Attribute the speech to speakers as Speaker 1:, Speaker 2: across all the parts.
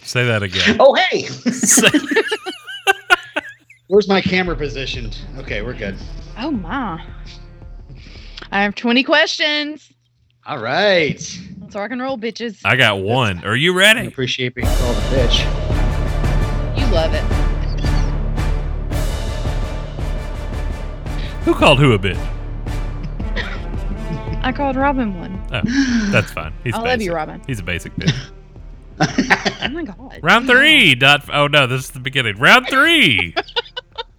Speaker 1: Say that again.
Speaker 2: Oh, hey!
Speaker 1: Say-
Speaker 2: Where's my camera positioned? Okay, we're good.
Speaker 3: Oh my. I have 20 questions.
Speaker 2: All right.
Speaker 3: Let's rock and roll, bitches.
Speaker 1: I got one. Are you
Speaker 2: I
Speaker 1: ready?
Speaker 2: appreciate being called a bitch.
Speaker 3: You love it.
Speaker 1: Who called who a bitch?
Speaker 3: I called Robin one.
Speaker 1: That's fine. He's
Speaker 3: I love
Speaker 1: basic.
Speaker 3: you, Robin.
Speaker 1: He's a basic bitch.
Speaker 3: Oh my god.
Speaker 1: Round three. Dot. Oh no, this is the beginning. Round three.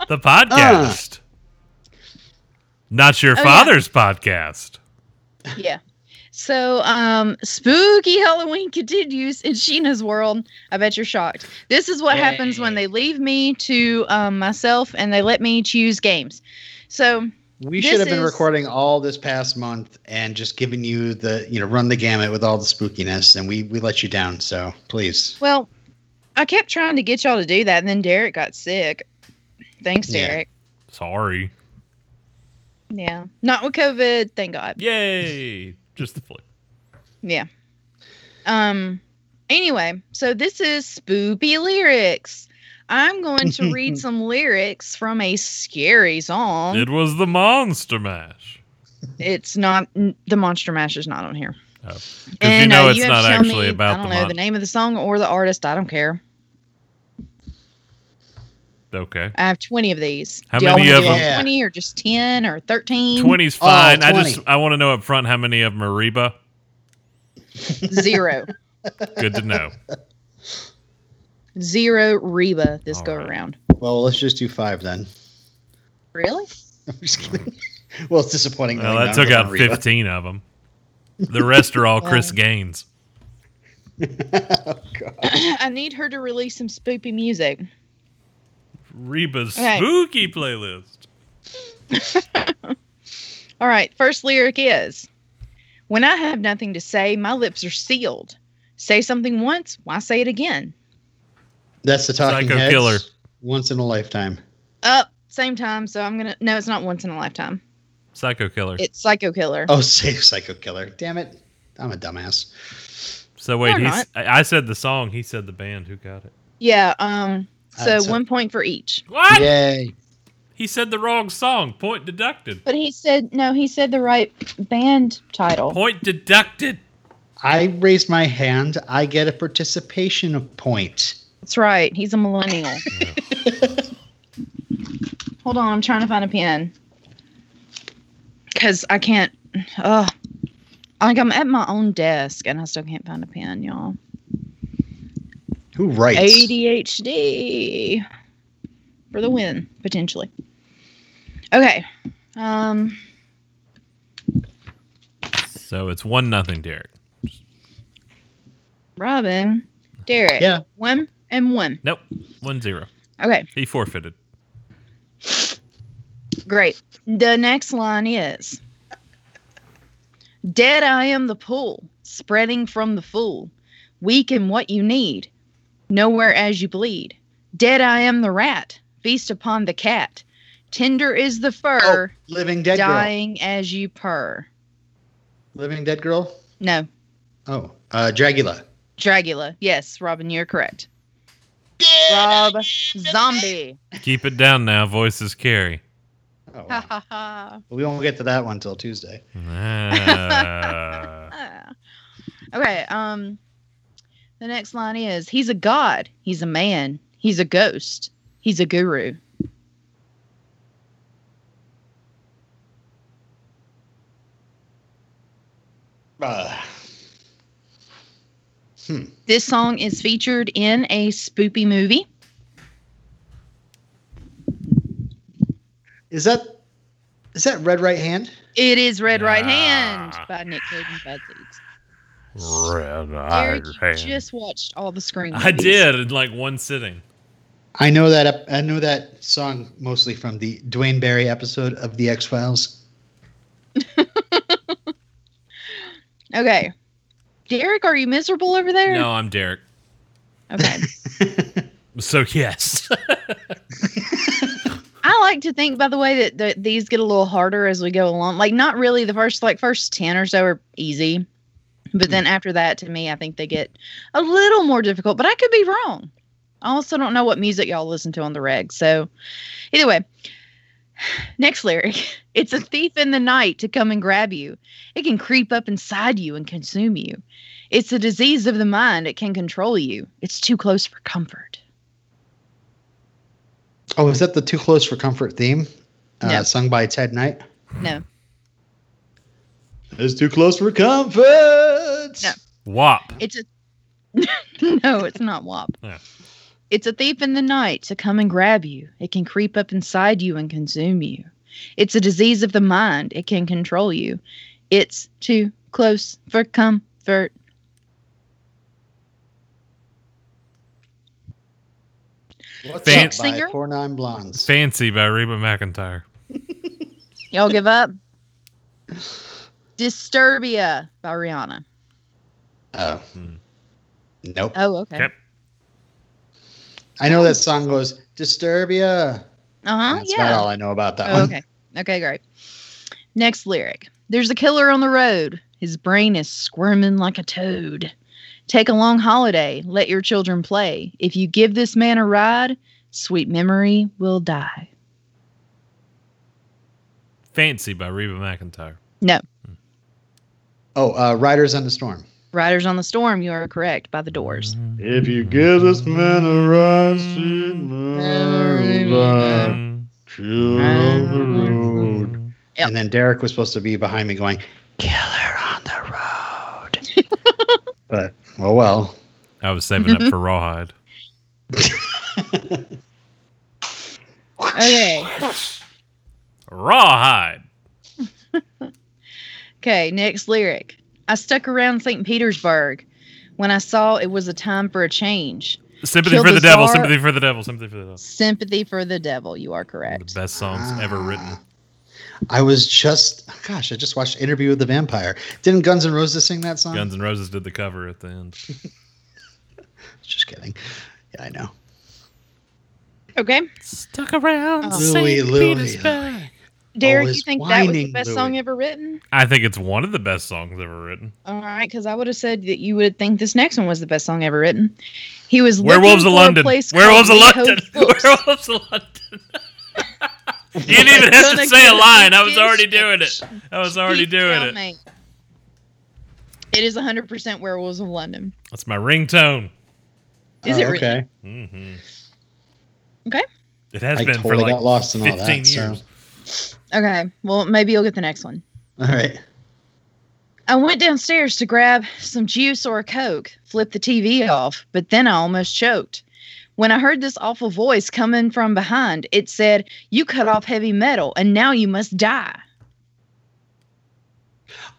Speaker 1: the podcast. Not your
Speaker 3: Uh. Oh, yeah.
Speaker 1: father's podcast.
Speaker 3: Yeah. So, um, spooky Halloween continues in Sheena's world. I bet you're shocked. This is what happens when
Speaker 2: Yay.
Speaker 3: they leave me to um, myself and they let me choose games. So,
Speaker 2: we
Speaker 3: This
Speaker 2: should have been
Speaker 3: is-
Speaker 2: recording all this past month and just giving you the, you know, run the gamut with all the spookiness, and we we let you down. So please,
Speaker 3: well, I kept trying to get y'all to do that, and then Derek got sick. Thanks,
Speaker 2: Yeah.
Speaker 3: Derek.
Speaker 1: Sorry.
Speaker 3: Yeah. Not with COVID, thank God.
Speaker 1: Yay! Just the flip.
Speaker 3: Yeah. Um anyway, so this is spoopy lyrics. I'm going to read some lyrics from a scary song.
Speaker 1: It was the Monster Mash.
Speaker 3: it's not n- the Monster Mash is not on here.
Speaker 1: Oh. 'Cause you
Speaker 3: And
Speaker 1: know
Speaker 3: uh,
Speaker 1: it's
Speaker 3: have
Speaker 1: not
Speaker 3: to tell
Speaker 1: actually
Speaker 3: me,
Speaker 1: about the
Speaker 3: I don't know the
Speaker 1: monster.
Speaker 3: name of the song or the artist, I don't care.
Speaker 1: Okay.
Speaker 3: I have 20 of these.
Speaker 1: How
Speaker 3: do y'all
Speaker 1: many
Speaker 3: wanna
Speaker 1: of
Speaker 3: do all
Speaker 2: them?
Speaker 3: 20 or just 10 or 13?
Speaker 1: 20's fine. I
Speaker 2: 20.
Speaker 1: just I want to know up front how many of them are Reba.
Speaker 3: Zero.
Speaker 1: Good to know.
Speaker 3: Zero Reba this
Speaker 1: All
Speaker 3: go
Speaker 1: right.
Speaker 3: around.
Speaker 2: well, let's just do five then.
Speaker 3: Really?
Speaker 2: I'm just kidding. Well, it's disappointing.
Speaker 1: Well,
Speaker 2: knowing
Speaker 1: that
Speaker 2: I'm
Speaker 1: took out
Speaker 2: from Reba.
Speaker 1: 15 of them. The rest are all Chris Gaines.
Speaker 2: oh, God.
Speaker 3: I need her to release some spoopy music.
Speaker 1: Reba's
Speaker 3: Okay.
Speaker 1: spooky playlist.
Speaker 3: All right, first lyric is When I have nothing to say, my lips are sealed. Say something once, why say it again?
Speaker 2: That's the talking
Speaker 1: Psycho
Speaker 2: heads.
Speaker 1: killer.
Speaker 2: Once in a lifetime.
Speaker 3: Up, same time, so I'm gonna no, it's not once in a lifetime.
Speaker 1: Psycho Killer.
Speaker 3: It's Psycho Killer.
Speaker 2: Oh, save psycho killer. Damn it. I'm a dumbass.
Speaker 1: so wait,
Speaker 3: They're
Speaker 1: he's, I I said the song. He said the band. Who got it?
Speaker 3: Yeah, um so
Speaker 2: That's a-
Speaker 3: one point for each.
Speaker 1: What?
Speaker 2: Yay.
Speaker 1: He said the wrong song. Point deducted.
Speaker 3: But he said no, he said the right band title.
Speaker 1: Point deducted.
Speaker 2: I raised my hand. I get a participation point.
Speaker 3: That's right. He's a millennial. Hold on, I'm trying to find a pen. Cause I can't uh like I'm at my own desk and I still can't find a pen, y'all.
Speaker 2: Who writes?
Speaker 3: ADHD for the win, potentially. Okay. Um,
Speaker 1: So it's one nothing, Derek.
Speaker 3: Robin, Derek.
Speaker 2: Yeah.
Speaker 3: One and one.
Speaker 1: Nope. One zero.
Speaker 3: Okay,
Speaker 1: He forfeited.
Speaker 3: great. The next line is Dead I am the pool, spreading from the fool, weak in what you need, nowhere as you bleed. Dead I am the rat, feast upon the cat. Tender is the fur,
Speaker 2: Living Dead
Speaker 3: dying as you purr.
Speaker 2: Girl. Living Dead Girl?
Speaker 3: No,
Speaker 2: Oh, uh, Dragula.
Speaker 3: Dragula. Yes, Robin, you're correct. Rob Zombie.
Speaker 1: Keep it down now. Voices carry.
Speaker 2: Oh,
Speaker 3: Ha
Speaker 2: wow.
Speaker 3: ha ha.
Speaker 2: we won't get to that one till Tuesday.
Speaker 1: Ah.
Speaker 3: Ah. Okay, um the next line is he's a god, he's a man, he's a ghost, he's a guru.
Speaker 2: Uh, hmm.
Speaker 3: This song is featured in a spoopy movie.
Speaker 2: Is that is that Red Right Hand?
Speaker 3: It is Red Right Hand
Speaker 1: Ah.
Speaker 3: by Nick Cave and Bud Seeds.
Speaker 1: Red
Speaker 3: Derek,
Speaker 1: eyed
Speaker 3: you
Speaker 1: hand.
Speaker 3: just watched all the screen.
Speaker 1: I
Speaker 3: movies.
Speaker 1: did in like one sitting.
Speaker 2: I know that ep- I know that song mostly from the Dwayne Barry episode of The X Files.
Speaker 3: Okay. Derek, are you miserable over there?
Speaker 1: No, I'm Derek.
Speaker 3: Okay.
Speaker 1: So yes.
Speaker 3: I like to think, by the way, that, that these get a little harder as we go along. Like, not really the first, like, first 10 or so are easy. But then after that, to me, I think they get a little more difficult, but I could be wrong. I also don't know what music y'all listen to on the reg. So, either way, next lyric it's a thief in the night to come and grab you. It can creep up inside you and consume you. It's a disease of the mind. It can control you. It's too close for comfort.
Speaker 2: Oh, is that the Too Close for Comfort theme? Uh,
Speaker 3: No.
Speaker 2: Sung by Ted Knight?
Speaker 3: No.
Speaker 2: It's too close for comfort.
Speaker 3: No.
Speaker 1: Wop.
Speaker 3: It's a no, it's not WAP.
Speaker 1: Yeah.
Speaker 3: It's a thief in the night to come and grab you. It can creep up inside you and consume you. It's a disease of the mind. It can control you. It's too close for comfort.
Speaker 2: What's
Speaker 1: Fan-
Speaker 2: up by
Speaker 3: Singer?
Speaker 2: Poor Nine Blondes?
Speaker 1: Fancy by Reba McIntyre.
Speaker 3: Y'all give up? Disturbia by Rihanna.
Speaker 2: oh.
Speaker 1: Hmm.
Speaker 2: Nope.
Speaker 3: Oh, okay.
Speaker 1: Yep.
Speaker 2: I know that song goes Disturbia.
Speaker 3: Uh oh. huh.
Speaker 2: That's
Speaker 3: Yeah.
Speaker 2: about all I know about that
Speaker 3: Oh,
Speaker 2: one.
Speaker 3: okay. Okay, great. Next lyric. There's a killer on the road. His brain is squirming like a toad. Take a long holiday. Let your children play. If you give this man a ride, sweet memory will die.
Speaker 1: Fancy by Reba McIntyre.
Speaker 2: Oh, uh, Riders on the Storm.
Speaker 3: Riders on the Storm, you are correct by the doors.
Speaker 4: If you give this man a ride,
Speaker 3: Mm.
Speaker 4: she knows Chill
Speaker 3: Mm-hmm.
Speaker 4: on the road.
Speaker 3: Yep.
Speaker 2: And then Derek was supposed to be behind me going, Killer on the road. but, well, well.
Speaker 1: I was saving up for Rawhide.
Speaker 3: Okay.
Speaker 1: Rawhide.
Speaker 3: Okay, next lyric. I stuck around St. Petersburg when I saw it was a time for a change.
Speaker 1: Sympathy
Speaker 3: Kill
Speaker 1: for
Speaker 3: the
Speaker 1: the devil.
Speaker 3: czar.
Speaker 1: Sympathy for the devil. Sympathy for the devil.
Speaker 3: Sympathy for the devil, you are
Speaker 1: One of
Speaker 3: correct.
Speaker 1: the best songs ever written.
Speaker 3: Uh-huh.
Speaker 2: Ah. I was just, gosh, I just watched Interview with the Vampire. Didn't Guns N' Roses sing that song?
Speaker 1: Guns N' Roses did the cover at the end.
Speaker 2: Just kidding. Yeah, I know.
Speaker 3: Okay.
Speaker 1: Stuck around.
Speaker 3: Oh.
Speaker 1: St.
Speaker 2: Louie, Louie,
Speaker 1: Petersburg.
Speaker 3: Derek,
Speaker 2: Always
Speaker 3: you think that was the
Speaker 2: whining,
Speaker 3: best
Speaker 2: Louis.
Speaker 3: song ever written?
Speaker 1: I think it's one of the best songs ever written.
Speaker 3: All right, because I would have said that you would think this next one was the best song ever written. He was looking
Speaker 1: Werewolves of
Speaker 3: for
Speaker 1: London.
Speaker 3: A place
Speaker 1: Werewolves of
Speaker 3: called Lee
Speaker 1: London.
Speaker 3: Hope's Books.
Speaker 1: Werewolves of London. you didn't even have to
Speaker 3: Gonna
Speaker 1: say a
Speaker 3: get
Speaker 1: line. I
Speaker 3: a
Speaker 1: was already
Speaker 3: dish
Speaker 1: doing it.
Speaker 3: dish.
Speaker 1: I was already
Speaker 3: Please
Speaker 1: doing
Speaker 3: tell
Speaker 1: it.
Speaker 3: me. It is 100% Werewolves of London.
Speaker 1: That's my ringtone.
Speaker 3: Is
Speaker 2: Oh,
Speaker 3: it really?
Speaker 2: okay?
Speaker 1: Mm-hmm.
Speaker 3: Okay.
Speaker 1: It has
Speaker 2: I
Speaker 1: been for
Speaker 2: totally
Speaker 1: like
Speaker 2: got lost in all
Speaker 1: 15
Speaker 2: that, so-
Speaker 1: years.
Speaker 3: Okay, well, maybe you'll get the next one.
Speaker 2: All right.
Speaker 3: I went downstairs to grab some juice or a Coke, flipped the TV off, but then I almost choked. When I heard this awful voice coming from behind, it said, You cut off heavy metal and now you must die.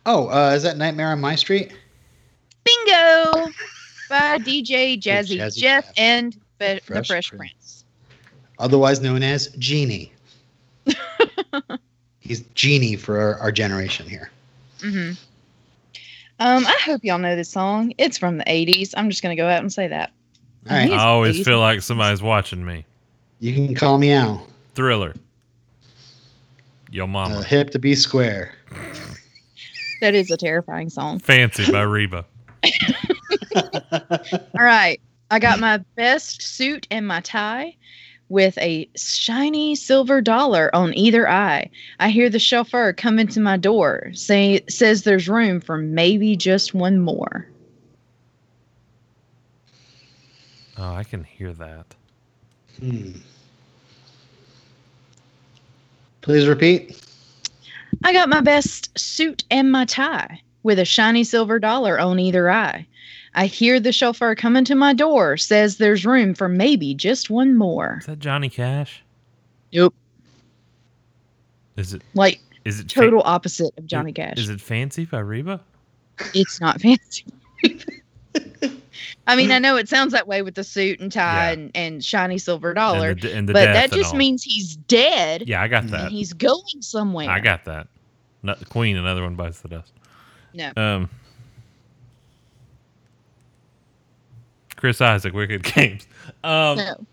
Speaker 2: Oh, uh, is that Nightmare on My Street?
Speaker 3: Bingo by DJ Jazzy,
Speaker 2: Jazzy
Speaker 3: Jeff
Speaker 2: Jeff.
Speaker 3: and Fe- the
Speaker 2: Fresh
Speaker 3: Fresh Prince.
Speaker 2: Prince. Otherwise known as Genie. He's Genie for our, our generation here.
Speaker 3: hmm Um, I hope y'all know this song. It's from the 80s. I'm just going to go out and say that.
Speaker 2: All right.
Speaker 3: He's
Speaker 1: I always
Speaker 3: amazing.
Speaker 1: feel like somebody's watching me.
Speaker 2: You can call me out.
Speaker 1: Thriller. Yo Mama.
Speaker 2: Uh, hip to be square.
Speaker 3: That is a terrifying
Speaker 2: Uh.
Speaker 3: song.
Speaker 1: Fancy by Reba.
Speaker 2: Hmm.
Speaker 3: All right. I got my best suit and my tie with a shiny silver dollar on either eye. I hear the chauffeur come into my door, say, says there's room for maybe just one more.
Speaker 1: Oh, I can hear that.
Speaker 2: Hmm. Please repeat.
Speaker 3: I got my best suit and my tie with a shiny silver dollar on either eye. I hear the chauffeur coming to my door, says there's room for maybe just one more.
Speaker 1: Is that Johnny Cash?
Speaker 3: Nope.
Speaker 1: Is it
Speaker 3: Like
Speaker 1: is it fa-
Speaker 3: total opposite of Johnny Cash.
Speaker 1: Is it Fancy by Reba?
Speaker 3: it's not fancy. I mean, I know it sounds that way with the suit and tie
Speaker 1: Yeah.
Speaker 3: and, and shiny silver dollar,
Speaker 1: and the, and the
Speaker 3: but
Speaker 1: death and
Speaker 3: that just
Speaker 1: all.
Speaker 3: means he's dead
Speaker 1: Yeah, I got that.
Speaker 3: and he's going somewhere.
Speaker 1: I got that. Not the Queen, another one bites the dust.
Speaker 3: No.
Speaker 1: Um, Chris Isaac, Wicked Games. Um,
Speaker 3: no.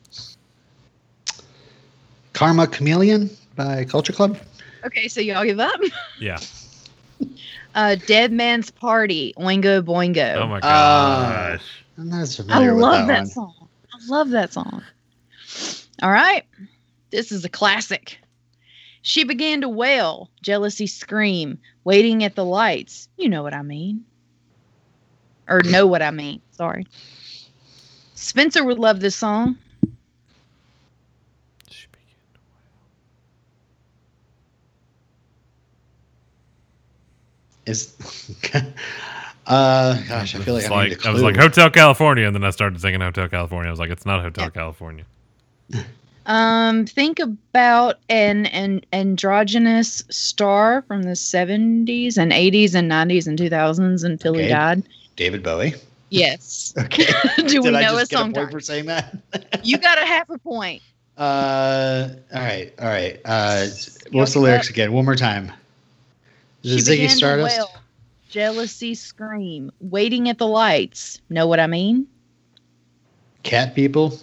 Speaker 2: Karma Chameleon by Culture Club.
Speaker 3: Okay, so y'all give up?
Speaker 1: Yeah.
Speaker 3: Uh, Dead Man's Party, Oingo Boingo.
Speaker 1: Oh my
Speaker 2: Ah.
Speaker 1: gosh.
Speaker 2: I'm not as
Speaker 3: I
Speaker 2: familiar with
Speaker 3: love that,
Speaker 2: one.
Speaker 3: song. I love that song. All right. This is a classic. She began to wail, jealousy scream, waiting at the lights. You know what I mean. Or know what I mean. Sorry. Spencer would love this song.
Speaker 2: Is uh, gosh, I feel like
Speaker 1: It's
Speaker 2: I need a
Speaker 1: like,
Speaker 2: clue.
Speaker 1: I was like Hotel California, and then I started singing Hotel California. I was like, it's not Hotel
Speaker 3: Yeah.
Speaker 1: California.
Speaker 3: Um, think about an, an androgynous star from the 70s and 80s and 90s and 2000s until he
Speaker 2: Okay.
Speaker 3: died.
Speaker 2: David Bowie.
Speaker 3: Yes.
Speaker 2: Okay.
Speaker 3: Do we
Speaker 2: Did I
Speaker 3: know
Speaker 2: just
Speaker 3: a
Speaker 2: get
Speaker 3: song?
Speaker 2: a point
Speaker 3: title?
Speaker 2: for saying that?
Speaker 3: you got a half a point.
Speaker 2: Uh, all right, all right. Uh,
Speaker 3: Y'all
Speaker 2: what's the
Speaker 3: keep
Speaker 2: lyrics
Speaker 3: up.
Speaker 2: again? One more time. Is
Speaker 3: She
Speaker 2: it Ziggy
Speaker 3: began to
Speaker 2: Stardust?
Speaker 3: wail, Jealousy scream, waiting at the lights. Know what I mean?
Speaker 2: Cat people.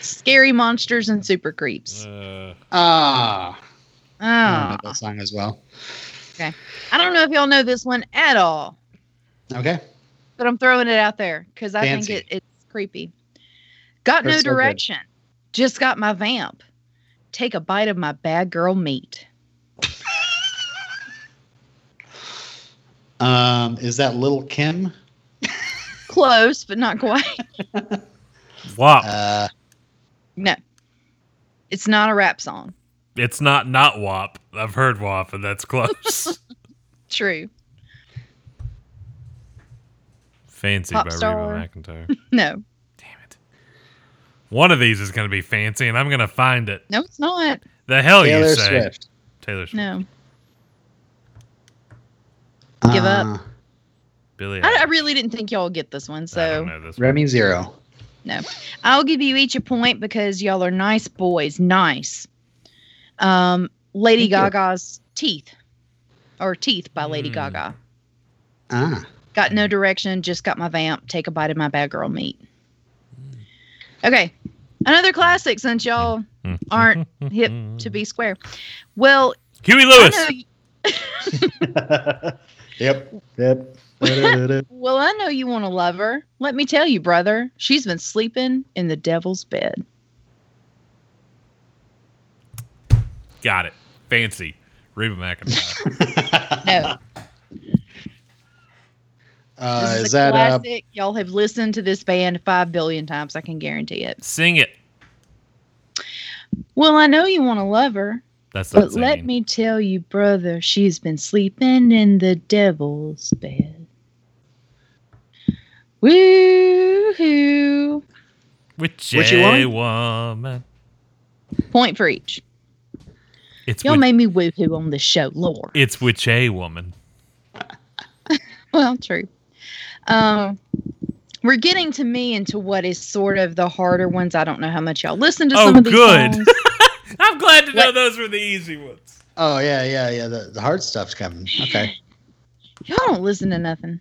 Speaker 3: Scary monsters and super creeps.
Speaker 1: Uh,
Speaker 2: Ah, I
Speaker 3: Oh,
Speaker 1: Ah.
Speaker 2: know that song as well.
Speaker 3: I don't know if y'all know this one at all,
Speaker 2: Okay,
Speaker 3: but I'm throwing it out there because I
Speaker 2: Fancy.
Speaker 3: think it, it's creepy. Got
Speaker 2: They're
Speaker 3: no
Speaker 2: so good.
Speaker 3: direction. Just got my vamp. Take a bite of my bad girl meat.
Speaker 2: um, is that Little Kim?
Speaker 3: Close, but not quite.
Speaker 1: WAP.
Speaker 2: Uh,
Speaker 3: No, it's not a rap song.
Speaker 1: it's not not WAP. I've heard WAP, and that's close.
Speaker 3: True.
Speaker 1: Fancy
Speaker 3: Pop
Speaker 1: by
Speaker 3: star.
Speaker 1: Reba McIntyre.
Speaker 3: No,
Speaker 1: Damn it. One of these is going to be fancy, and I'm going to find it.
Speaker 3: no, it's not.
Speaker 1: The hell
Speaker 2: Taylor
Speaker 1: Oh, you say,
Speaker 2: Swift.
Speaker 1: Taylor Swift.
Speaker 3: No. Give up.
Speaker 2: Uh,
Speaker 1: Billy.
Speaker 3: I, I really didn't think y'all would get this one,
Speaker 1: I don't
Speaker 3: so
Speaker 1: know this one.
Speaker 2: Remy Zero.
Speaker 3: I'll give you each a point because y'all are nice boys. Nice. Um, Lady
Speaker 2: Thank you.
Speaker 3: Gaga's teeth, or teeth by Lady
Speaker 1: Hmm.
Speaker 3: Gaga.
Speaker 2: Ah,
Speaker 3: Got no direction. Just got my vamp. Take a bite of my bad girl meat. Okay, another classic since y'all
Speaker 1: Hmm.
Speaker 3: aren't hip to be square. Well,
Speaker 1: Huey
Speaker 3: I
Speaker 1: Lewis.
Speaker 3: know,
Speaker 2: yep, yep. Da-da-da-da.
Speaker 3: well, I know you want to love her. Let me tell you, brother, she's been sleeping in the devil's bed.
Speaker 1: Got it. Fancy. Reba McIntyre.
Speaker 3: No.
Speaker 2: uh,
Speaker 3: This
Speaker 2: is,
Speaker 3: is, a
Speaker 2: that uh,
Speaker 3: classic. Y'all have listened to this band five billion times. I can guarantee it.
Speaker 1: Sing it.
Speaker 3: Well, I know you want to love her,
Speaker 1: That's not
Speaker 3: but let
Speaker 1: singing.
Speaker 3: me tell you, brother, she's been sleeping in the devil's bed. Woo-hoo.
Speaker 1: Which
Speaker 2: What you
Speaker 1: a woman.
Speaker 3: Point for each.
Speaker 1: It's
Speaker 3: Y'all
Speaker 1: with,
Speaker 3: made me woo-hoo on this show, Lord.
Speaker 1: it's which a woman.
Speaker 3: Well, true. Um, we're getting to me into what is sort of the harder ones. I don't know how much y'all listen to
Speaker 1: Oh,
Speaker 3: some of these
Speaker 1: good.
Speaker 3: songs.
Speaker 1: I'm glad to know
Speaker 3: What-
Speaker 1: those were the easy ones.
Speaker 2: Oh yeah, yeah, yeah. The, the hard stuff's coming. Okay.
Speaker 3: Y'all don't listen to nothing.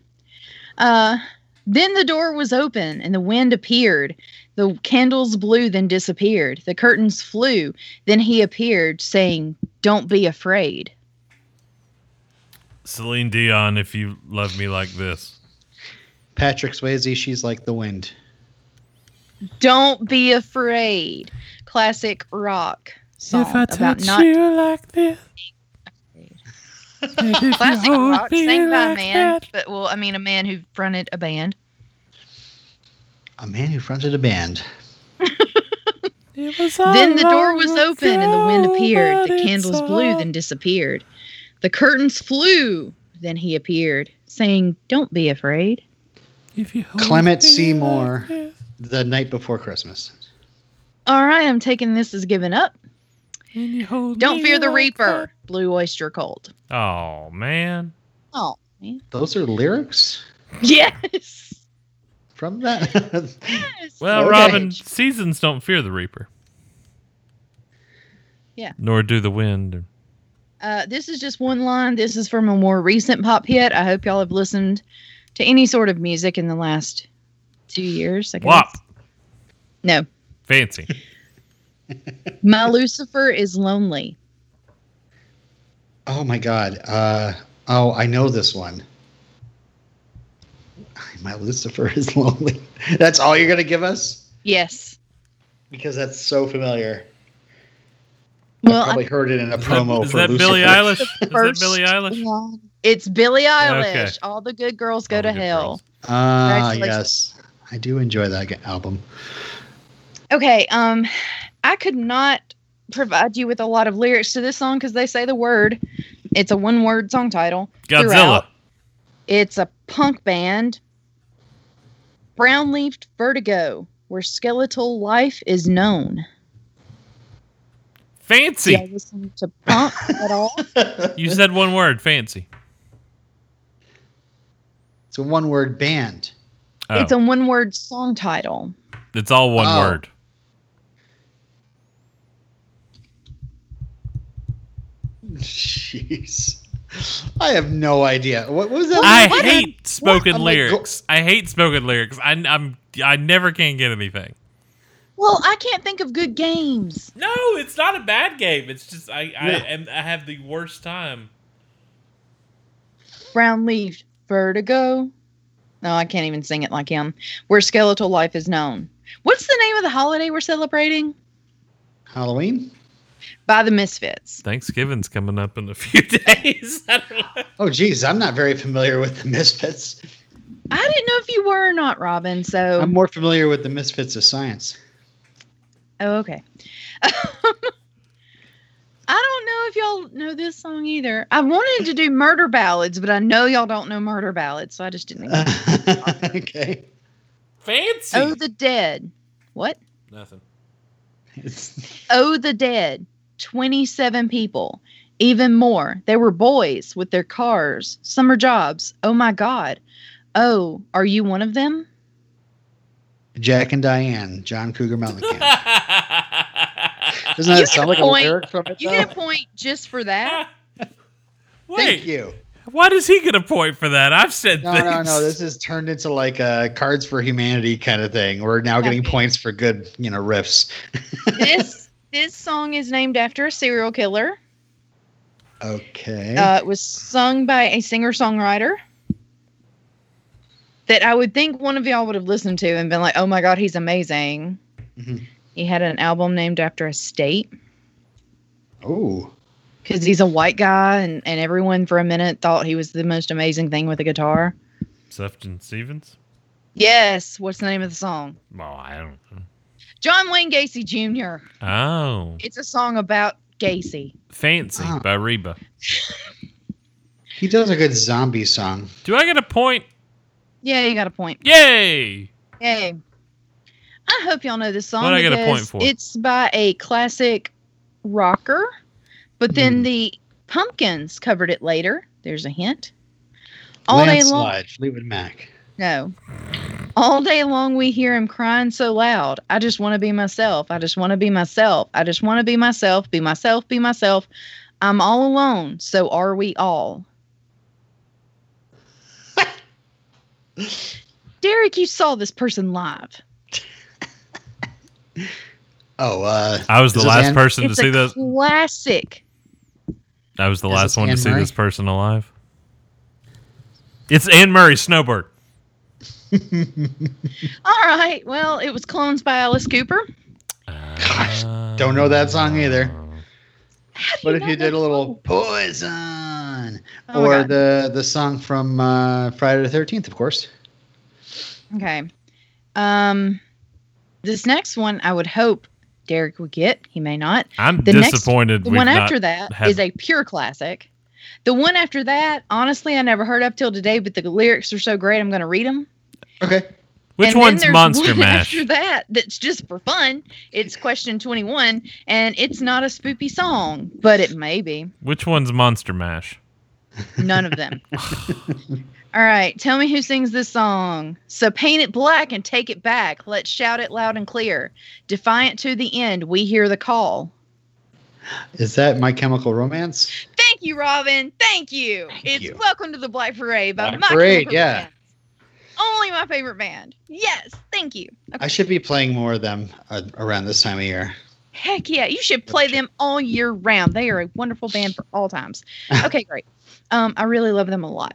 Speaker 3: Uh, then the door was open and the wind appeared. The candles blew, then disappeared. The curtains flew, then he appeared, saying, Don't be afraid.
Speaker 1: Celine Dion, if you love me like this.
Speaker 2: Patrick Swayze, she's like the wind.
Speaker 3: Don't be afraid. Classic rock song about not
Speaker 1: like this.
Speaker 3: classic rock sang by a man, but well, I mean a man who fronted a band.
Speaker 2: A man who fronted a band.
Speaker 3: Then the door was open and the wind appeared. The candles blew, then disappeared. The curtains flew, then he appeared, saying, Don't be afraid.
Speaker 2: Clement Seymour, The Night Before Christmas.
Speaker 3: All right, I'm taking this as given up. Don't fear the reaper, Blue Oyster Cult.
Speaker 1: Oh man.
Speaker 3: Oh,
Speaker 2: Those are lyrics
Speaker 3: yes.
Speaker 2: from that.
Speaker 3: Yes.
Speaker 1: Well,
Speaker 2: Okay.
Speaker 1: Robin, seasons don't fear the reaper.
Speaker 3: Yeah.
Speaker 1: Nor do the wind.
Speaker 3: Uh, this is just one line. This is from a more recent pop hit. I hope y'all have listened to any sort of music in the last two years. I guess.
Speaker 1: WAP.
Speaker 3: No.
Speaker 1: Fancy.
Speaker 3: My Lucifer is lonely.
Speaker 2: Oh my god. Uh, oh, I know this one. My Lucifer is lonely. That's all you're gonna give us
Speaker 3: Yes.
Speaker 2: because that's so familiar. I
Speaker 3: Well,
Speaker 2: probably heard it in a
Speaker 1: Is that-
Speaker 2: promo
Speaker 1: is
Speaker 2: for
Speaker 1: that
Speaker 2: Lucifer.
Speaker 1: Billie Eilish? Is that
Speaker 3: first
Speaker 1: Billie Eilish?
Speaker 3: I- it's Billie Eilish.
Speaker 1: Okay.
Speaker 3: All the good girls go
Speaker 1: Oh,
Speaker 3: to
Speaker 1: good
Speaker 3: hell.
Speaker 2: Ah,
Speaker 3: Congratulations.
Speaker 2: yes. I do enjoy that g- album.
Speaker 3: Okay. Um, I could not provide you with a lot of lyrics to this song because they say the word. It's a one-word song title.
Speaker 1: Godzilla.
Speaker 3: Throughout. It's a punk band. Brown leafed vertigo, where skeletal life is known.
Speaker 1: Fancy.
Speaker 3: Do I listen to punk at all?
Speaker 1: You said one word, fancy.
Speaker 2: It's a one word band.
Speaker 1: Oh,
Speaker 3: It's
Speaker 1: it's,
Speaker 3: a one word song title.
Speaker 1: all one
Speaker 2: Oh.
Speaker 1: word.
Speaker 2: Jeez. I have no idea. What, what was that?
Speaker 1: I
Speaker 2: Oh, What?
Speaker 1: hate spoken
Speaker 2: I'm like, go-
Speaker 1: lyrics. I hate spoken lyrics. I, I'm I never can get anything.
Speaker 3: Well, I can't think of good games.
Speaker 1: No, it's not a bad game. It's just I I,
Speaker 2: No.
Speaker 1: am, I have the worst time.
Speaker 3: Brown leafed vertigo. No, I can't even sing it like him. Where skeletal life is known. What's the name of the holiday we're celebrating?
Speaker 2: Halloween?
Speaker 3: By the Misfits.
Speaker 1: Thanksgiving's coming up in a few days. I don't know.
Speaker 2: Oh, geez. I'm not very familiar with the Misfits.
Speaker 3: I didn't know if you were or not, Robin. So
Speaker 2: I'm more familiar with the Misfits of Science.
Speaker 3: Oh, okay. I don't know if y'all know this song either. I wanted to do murder ballads, but I know y'all don't know murder ballads, so I just didn't.
Speaker 2: Uh, okay.
Speaker 1: Fancy.
Speaker 3: oh, the dead. What?
Speaker 1: Nothing.
Speaker 2: It's-
Speaker 3: Oh, the dead. 27 people. Even more. They were boys with their cars, summer jobs. Oh my God. Oh, are you one of them?
Speaker 2: Jack and Diane, John Cougar Mellencamp. Doesn't that
Speaker 3: You
Speaker 2: sound
Speaker 3: get
Speaker 2: like
Speaker 3: a
Speaker 2: a
Speaker 3: point.
Speaker 2: lyric from it?
Speaker 3: You
Speaker 2: though?
Speaker 3: get a point just for that.
Speaker 2: Thank
Speaker 1: Wait,
Speaker 2: you.
Speaker 1: why does he get a point for that? I've said
Speaker 2: No,
Speaker 1: things.
Speaker 2: no, no. This has turned into like a Cards for Humanity kind of thing. We're now getting
Speaker 3: Okay.
Speaker 2: points for good, you know, riffs.
Speaker 3: this this song is named after a serial killer.
Speaker 2: Okay.
Speaker 3: Uh, it was sung by a singer songwriter that I would think one of y'all would have listened to and been like, oh my God, he's amazing.
Speaker 2: Mhm.
Speaker 3: He had an album named after a state
Speaker 2: oh,
Speaker 3: because he's a white guy, and, and everyone for a minute thought he was the most amazing thing with a guitar.
Speaker 1: Sefton Stevens?
Speaker 3: Yes. What's the name of the song?
Speaker 1: Well, I don't know.
Speaker 3: John Wayne Gacy Jr.
Speaker 1: Oh.
Speaker 3: It's a song about Gacy.
Speaker 1: Fancy
Speaker 2: Ah.
Speaker 1: by Reba.
Speaker 2: he does a good zombie song.
Speaker 1: Do I get a point?
Speaker 3: Yeah, you got a point.
Speaker 1: Yay!
Speaker 3: Yay. I hope y'all know this song.
Speaker 1: What'd I get a
Speaker 3: because
Speaker 1: point for?
Speaker 3: It's by a classic rocker, but then
Speaker 2: Hmm.
Speaker 3: the Pumpkins covered it later. There's a hint. All day long.
Speaker 2: Landslide, Fleetwood Mac.
Speaker 3: No. All day long, we hear him crying so loud. I just want to be myself. I just want to be myself. I just want to be myself, be myself, be myself. I'm all alone. So are we all. Derek, you saw this person live.
Speaker 2: Oh, uh,
Speaker 1: I was the
Speaker 2: This is
Speaker 1: last
Speaker 2: Anne-
Speaker 1: person to
Speaker 3: It's
Speaker 1: see
Speaker 3: a
Speaker 1: this.
Speaker 3: classic.
Speaker 1: I was the
Speaker 2: Is
Speaker 1: last
Speaker 2: this
Speaker 1: one to
Speaker 2: Anne
Speaker 1: see
Speaker 2: Murray?
Speaker 1: this person alive. It's Anne Murray Snowbird.
Speaker 3: All right. Well, it was Clones by Alice Cooper.
Speaker 2: Gosh, don't know that song either.
Speaker 1: Uh,
Speaker 3: How do
Speaker 2: what if
Speaker 3: not
Speaker 2: you
Speaker 3: know
Speaker 2: did a little
Speaker 3: Clones?
Speaker 2: poison?
Speaker 3: Oh my
Speaker 2: or
Speaker 3: God.
Speaker 2: the the song from uh, Friday the Thirteenth, of course.
Speaker 3: Okay. Um, this next one, I would hope Derek would get. He may not.
Speaker 1: I'm
Speaker 3: The next-
Speaker 1: disappointed.
Speaker 3: The
Speaker 1: we've
Speaker 3: one
Speaker 1: not-
Speaker 3: after that
Speaker 1: had-
Speaker 3: is a pure classic. The one after that, honestly, I never heard up till today, but the lyrics are so great, I'm going to read them.
Speaker 2: Okay.
Speaker 1: Which one's Monster Mash?
Speaker 3: After that, that's just for fun. It's question 21, and it's not a spoopy song, but it may be.
Speaker 1: Which one's Monster Mash?
Speaker 3: None of them. All right, tell me who sings this song. So paint it black and take it back. Let's shout it loud and clear. Defiant to the end, we hear the call.
Speaker 2: Is that My Chemical Romance?
Speaker 3: Thank you, Robin. Thank you. it's
Speaker 2: you.
Speaker 3: Welcome to the Black Parade by
Speaker 2: Black
Speaker 3: my
Speaker 2: Parade,
Speaker 3: favorite
Speaker 2: yeah.
Speaker 3: band. Only my favorite band. Yes, thank you.
Speaker 2: I should be playing more of them uh, around this time of year.
Speaker 3: Heck yeah, you should play them all year round. They are a wonderful band for all times. Okay, great. Um, I really love them a lot.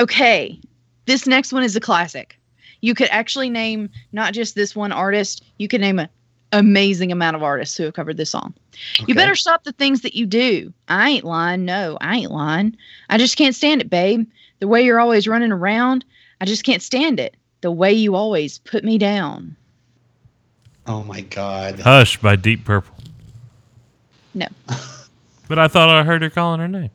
Speaker 3: Okay, this next one is a classic. You could actually name not just this one artist, you could name an amazing amount of artists who have covered this song. You
Speaker 2: Okay.
Speaker 3: better stop the things that you do. I ain't lying. No, I ain't lying. I just can't stand it, babe. The way you're always running around, I just can't stand it. The way you always put me down.
Speaker 2: Oh my god.
Speaker 1: Hush by Deep Purple.
Speaker 3: No.
Speaker 1: But I thought I heard her calling her name.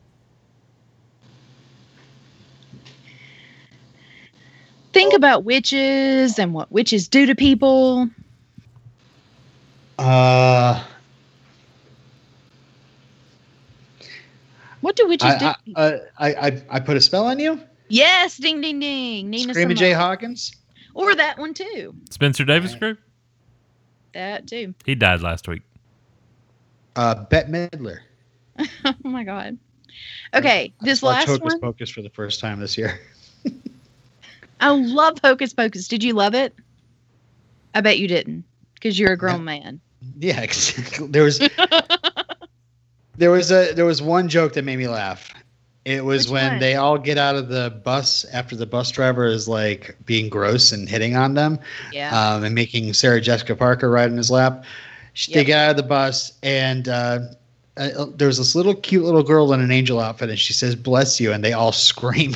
Speaker 3: Think
Speaker 2: Oh.
Speaker 3: about witches and what witches do to people.
Speaker 2: Uh,
Speaker 3: What do witches do?
Speaker 2: I,
Speaker 3: to people?
Speaker 2: I, I, I, I put a spell on you.
Speaker 3: yes, ding ding ding. Nina
Speaker 2: Screaming Jay
Speaker 3: Simone.
Speaker 2: Hawkins.
Speaker 3: Or that one too.
Speaker 1: Spencer Davis
Speaker 2: Alright.
Speaker 1: group?
Speaker 3: That too.
Speaker 1: He died last week.
Speaker 2: Uh, Bette Midler.
Speaker 3: Oh my god. Okay, this
Speaker 2: Watched
Speaker 3: last
Speaker 2: Hocus
Speaker 3: one.
Speaker 2: Pocus for the first time this year.
Speaker 3: I love Hocus Pocus. Did you love it? I bet you didn't, because you're a grown man.
Speaker 2: Yeah, exactly. There was there was a there was one joke that made me laugh. It was
Speaker 3: Which
Speaker 2: when
Speaker 3: one?
Speaker 2: they all get out of the bus after the bus driver is like being gross and hitting on them
Speaker 3: Yeah.
Speaker 2: um, and making Sarah Jessica Parker ride in his lap. She, They
Speaker 3: Yep.
Speaker 2: get out of the bus and uh, uh, there's this little cute little girl in an angel outfit and she says "bless you" and they all scream.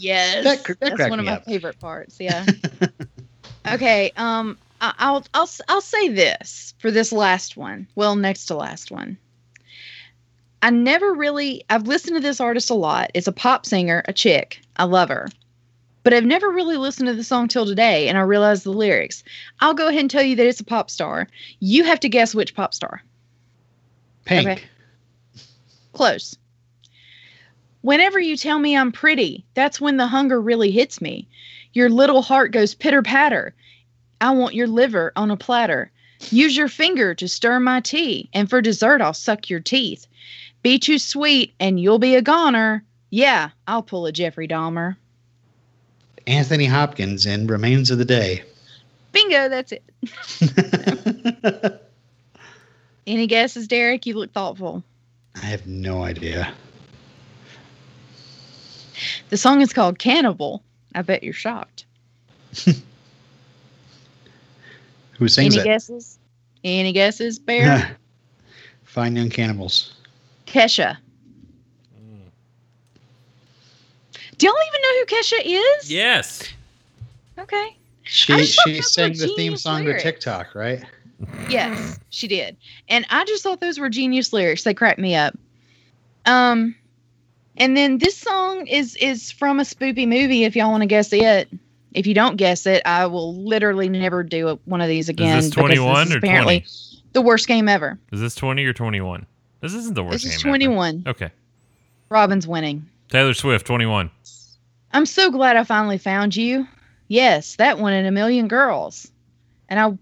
Speaker 3: Yes,
Speaker 2: That cr- that
Speaker 3: that's
Speaker 2: cracked
Speaker 3: one of
Speaker 2: me
Speaker 3: my
Speaker 2: up.
Speaker 3: favorite parts. Yeah. okay. Um, I- I'll I'll s- I'll say this for this last one. Well, next to last one. I never really I've listened to this artist a lot. It's a pop singer, a chick. I love her. But I've never really listened to the song till today and I realized the lyrics. I'll go ahead and tell you that it's a pop star. You have to guess which pop star.
Speaker 2: Pink.
Speaker 3: Okay. Close. Whenever you tell me I'm pretty, that's when the hunger really hits me. Your little heart goes pitter patter. I want your liver on a platter. Use your finger to stir my tea, and for dessert, I'll suck your teeth. Be too sweet, and you'll be a goner. Yeah, I'll pull a Jeffrey Dahmer.
Speaker 2: Anthony Hopkins in Remains of the Day.
Speaker 3: Bingo, that's it. Any guesses, Derek? You look thoughtful.
Speaker 2: I have no idea.
Speaker 3: The song is called Cannibal. I bet you're shocked.
Speaker 2: Who sings
Speaker 3: Any
Speaker 2: it?
Speaker 3: guesses? Any guesses, Bear?
Speaker 2: Fine Young Cannibals.
Speaker 3: Kesha. Do y'all even know who Kesha is?
Speaker 1: Yes.
Speaker 3: Okay.
Speaker 2: She
Speaker 3: just thought
Speaker 2: she
Speaker 3: those were
Speaker 2: sang the theme
Speaker 3: genius
Speaker 2: song
Speaker 3: lyrics.
Speaker 2: to TikTok, right?
Speaker 3: Yes, she did. And I just thought those were genius lyrics. They cracked me up. Um, and then this song is is from a spoopy movie. If y'all want to guess it, if you don't guess it, I will literally never do a, one of these again.
Speaker 1: Is this
Speaker 3: because
Speaker 1: 21
Speaker 3: is
Speaker 1: or
Speaker 3: apparently
Speaker 1: 20?
Speaker 3: the worst game ever.
Speaker 1: Is this 20 or 21? This isn't the worst
Speaker 3: this is
Speaker 1: game ever.
Speaker 3: 21.
Speaker 1: Okay.
Speaker 3: Robin's winning.
Speaker 1: Taylor Swift, 21.
Speaker 3: I'm so glad I finally found you. Yes, that one in a million girls. And I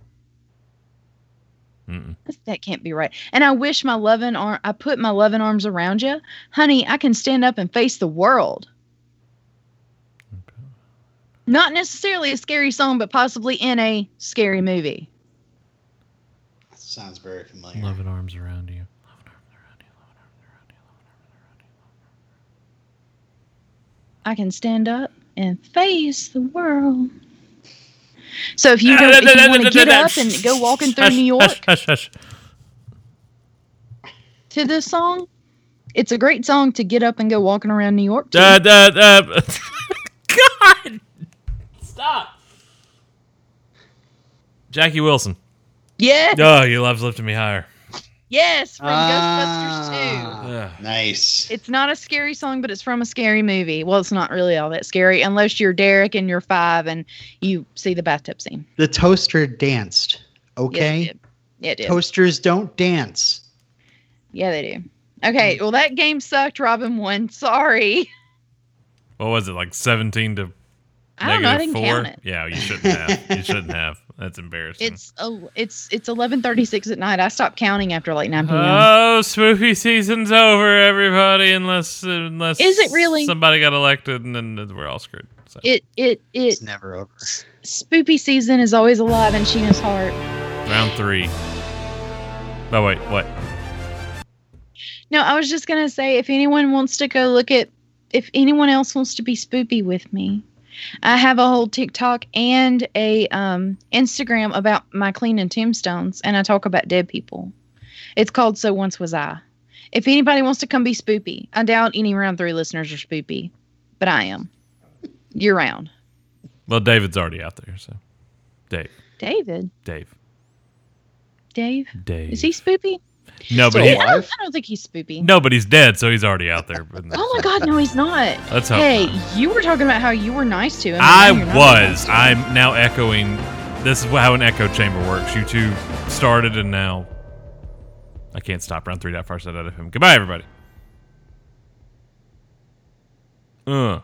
Speaker 1: Mm-mm.
Speaker 3: that can't be right. And I wish my loving arm I put my loving arms around you. Honey, I can stand up and face the world. Not necessarily a scary song, but possibly in a scary movie.
Speaker 2: That sounds very familiar.
Speaker 1: Loving arms around you.
Speaker 3: I can stand up and face the world. So if you
Speaker 1: Ah,
Speaker 3: don't
Speaker 1: da,
Speaker 3: if
Speaker 1: da,
Speaker 3: you
Speaker 1: da,
Speaker 3: want
Speaker 1: da,
Speaker 3: to
Speaker 1: da,
Speaker 3: get
Speaker 1: da.
Speaker 3: up and go walking through
Speaker 1: Hush,
Speaker 3: New
Speaker 1: hush,
Speaker 3: York
Speaker 1: hush, hush.
Speaker 3: to this song, it's a great song to get up and go walking around New York to.
Speaker 1: Da, da, da. God. Stop. Jackie Wilson.
Speaker 3: Yeah.
Speaker 1: Oh, your love's lifting me higher.
Speaker 3: Yes, from Ghostbusters 2.
Speaker 2: Ah,
Speaker 1: Ugh.
Speaker 2: Nice.
Speaker 3: It's not a scary song, but it's from a scary movie. Well, it's not really all that scary unless you're Derek and you're five and you see the bathtub scene.
Speaker 2: the toaster danced.
Speaker 3: Yes,
Speaker 2: Okay.
Speaker 3: it did. It did.
Speaker 2: Toasters don't dance.
Speaker 3: yeah, they do.
Speaker 2: Mm.
Speaker 3: Okay, well, that game sucked. Robin won. Sorry.
Speaker 1: What was it, like 17 to
Speaker 3: I don't know. I
Speaker 1: negative
Speaker 3: didn't
Speaker 1: four?
Speaker 3: count it.
Speaker 1: Yeah, you shouldn't have. You shouldn't have. That's embarrassing.
Speaker 3: It's oh, it's it's eleven thirty six at night. I stopped counting after like nine p.m.
Speaker 1: Oh, spooky season's over, everybody. Unless unless
Speaker 3: Is it really?
Speaker 1: somebody got elected, and then we're all screwed. So.
Speaker 3: it it it
Speaker 2: It's never over.
Speaker 3: spoopy season is always alive in Sheena's heart.
Speaker 1: Round three. Oh wait, what?
Speaker 3: No, I was just gonna say if anyone wants to go look at if anyone else wants to be spoopy with me, I have a whole TikTok and a um Instagram about my cleaning tombstones and I talk about dead people. It's called So Once Was I. If anybody wants to come be spoopy, I doubt any round three listeners are spoopy, but I am. Year round.
Speaker 1: Well, David's already out there, so Dave,
Speaker 3: David.
Speaker 1: Dave,
Speaker 3: Dave.
Speaker 1: Dave.
Speaker 3: Is he spoopy?
Speaker 1: No, but
Speaker 2: still
Speaker 1: he,
Speaker 3: I don't, I don't think he's spoopy.
Speaker 1: no, but he's dead, so he's already out there.
Speaker 3: Oh my god, no, he's not.
Speaker 1: Let's hope.
Speaker 3: Hey, you were talking about how you were nice to him.
Speaker 1: I
Speaker 3: and now you're not nice
Speaker 1: was.
Speaker 3: to him.
Speaker 1: I'm now echoing. This is how an echo chamber works. You two started, and now I can't stop. Round three. That far side out of him. Goodbye, everybody. Uh.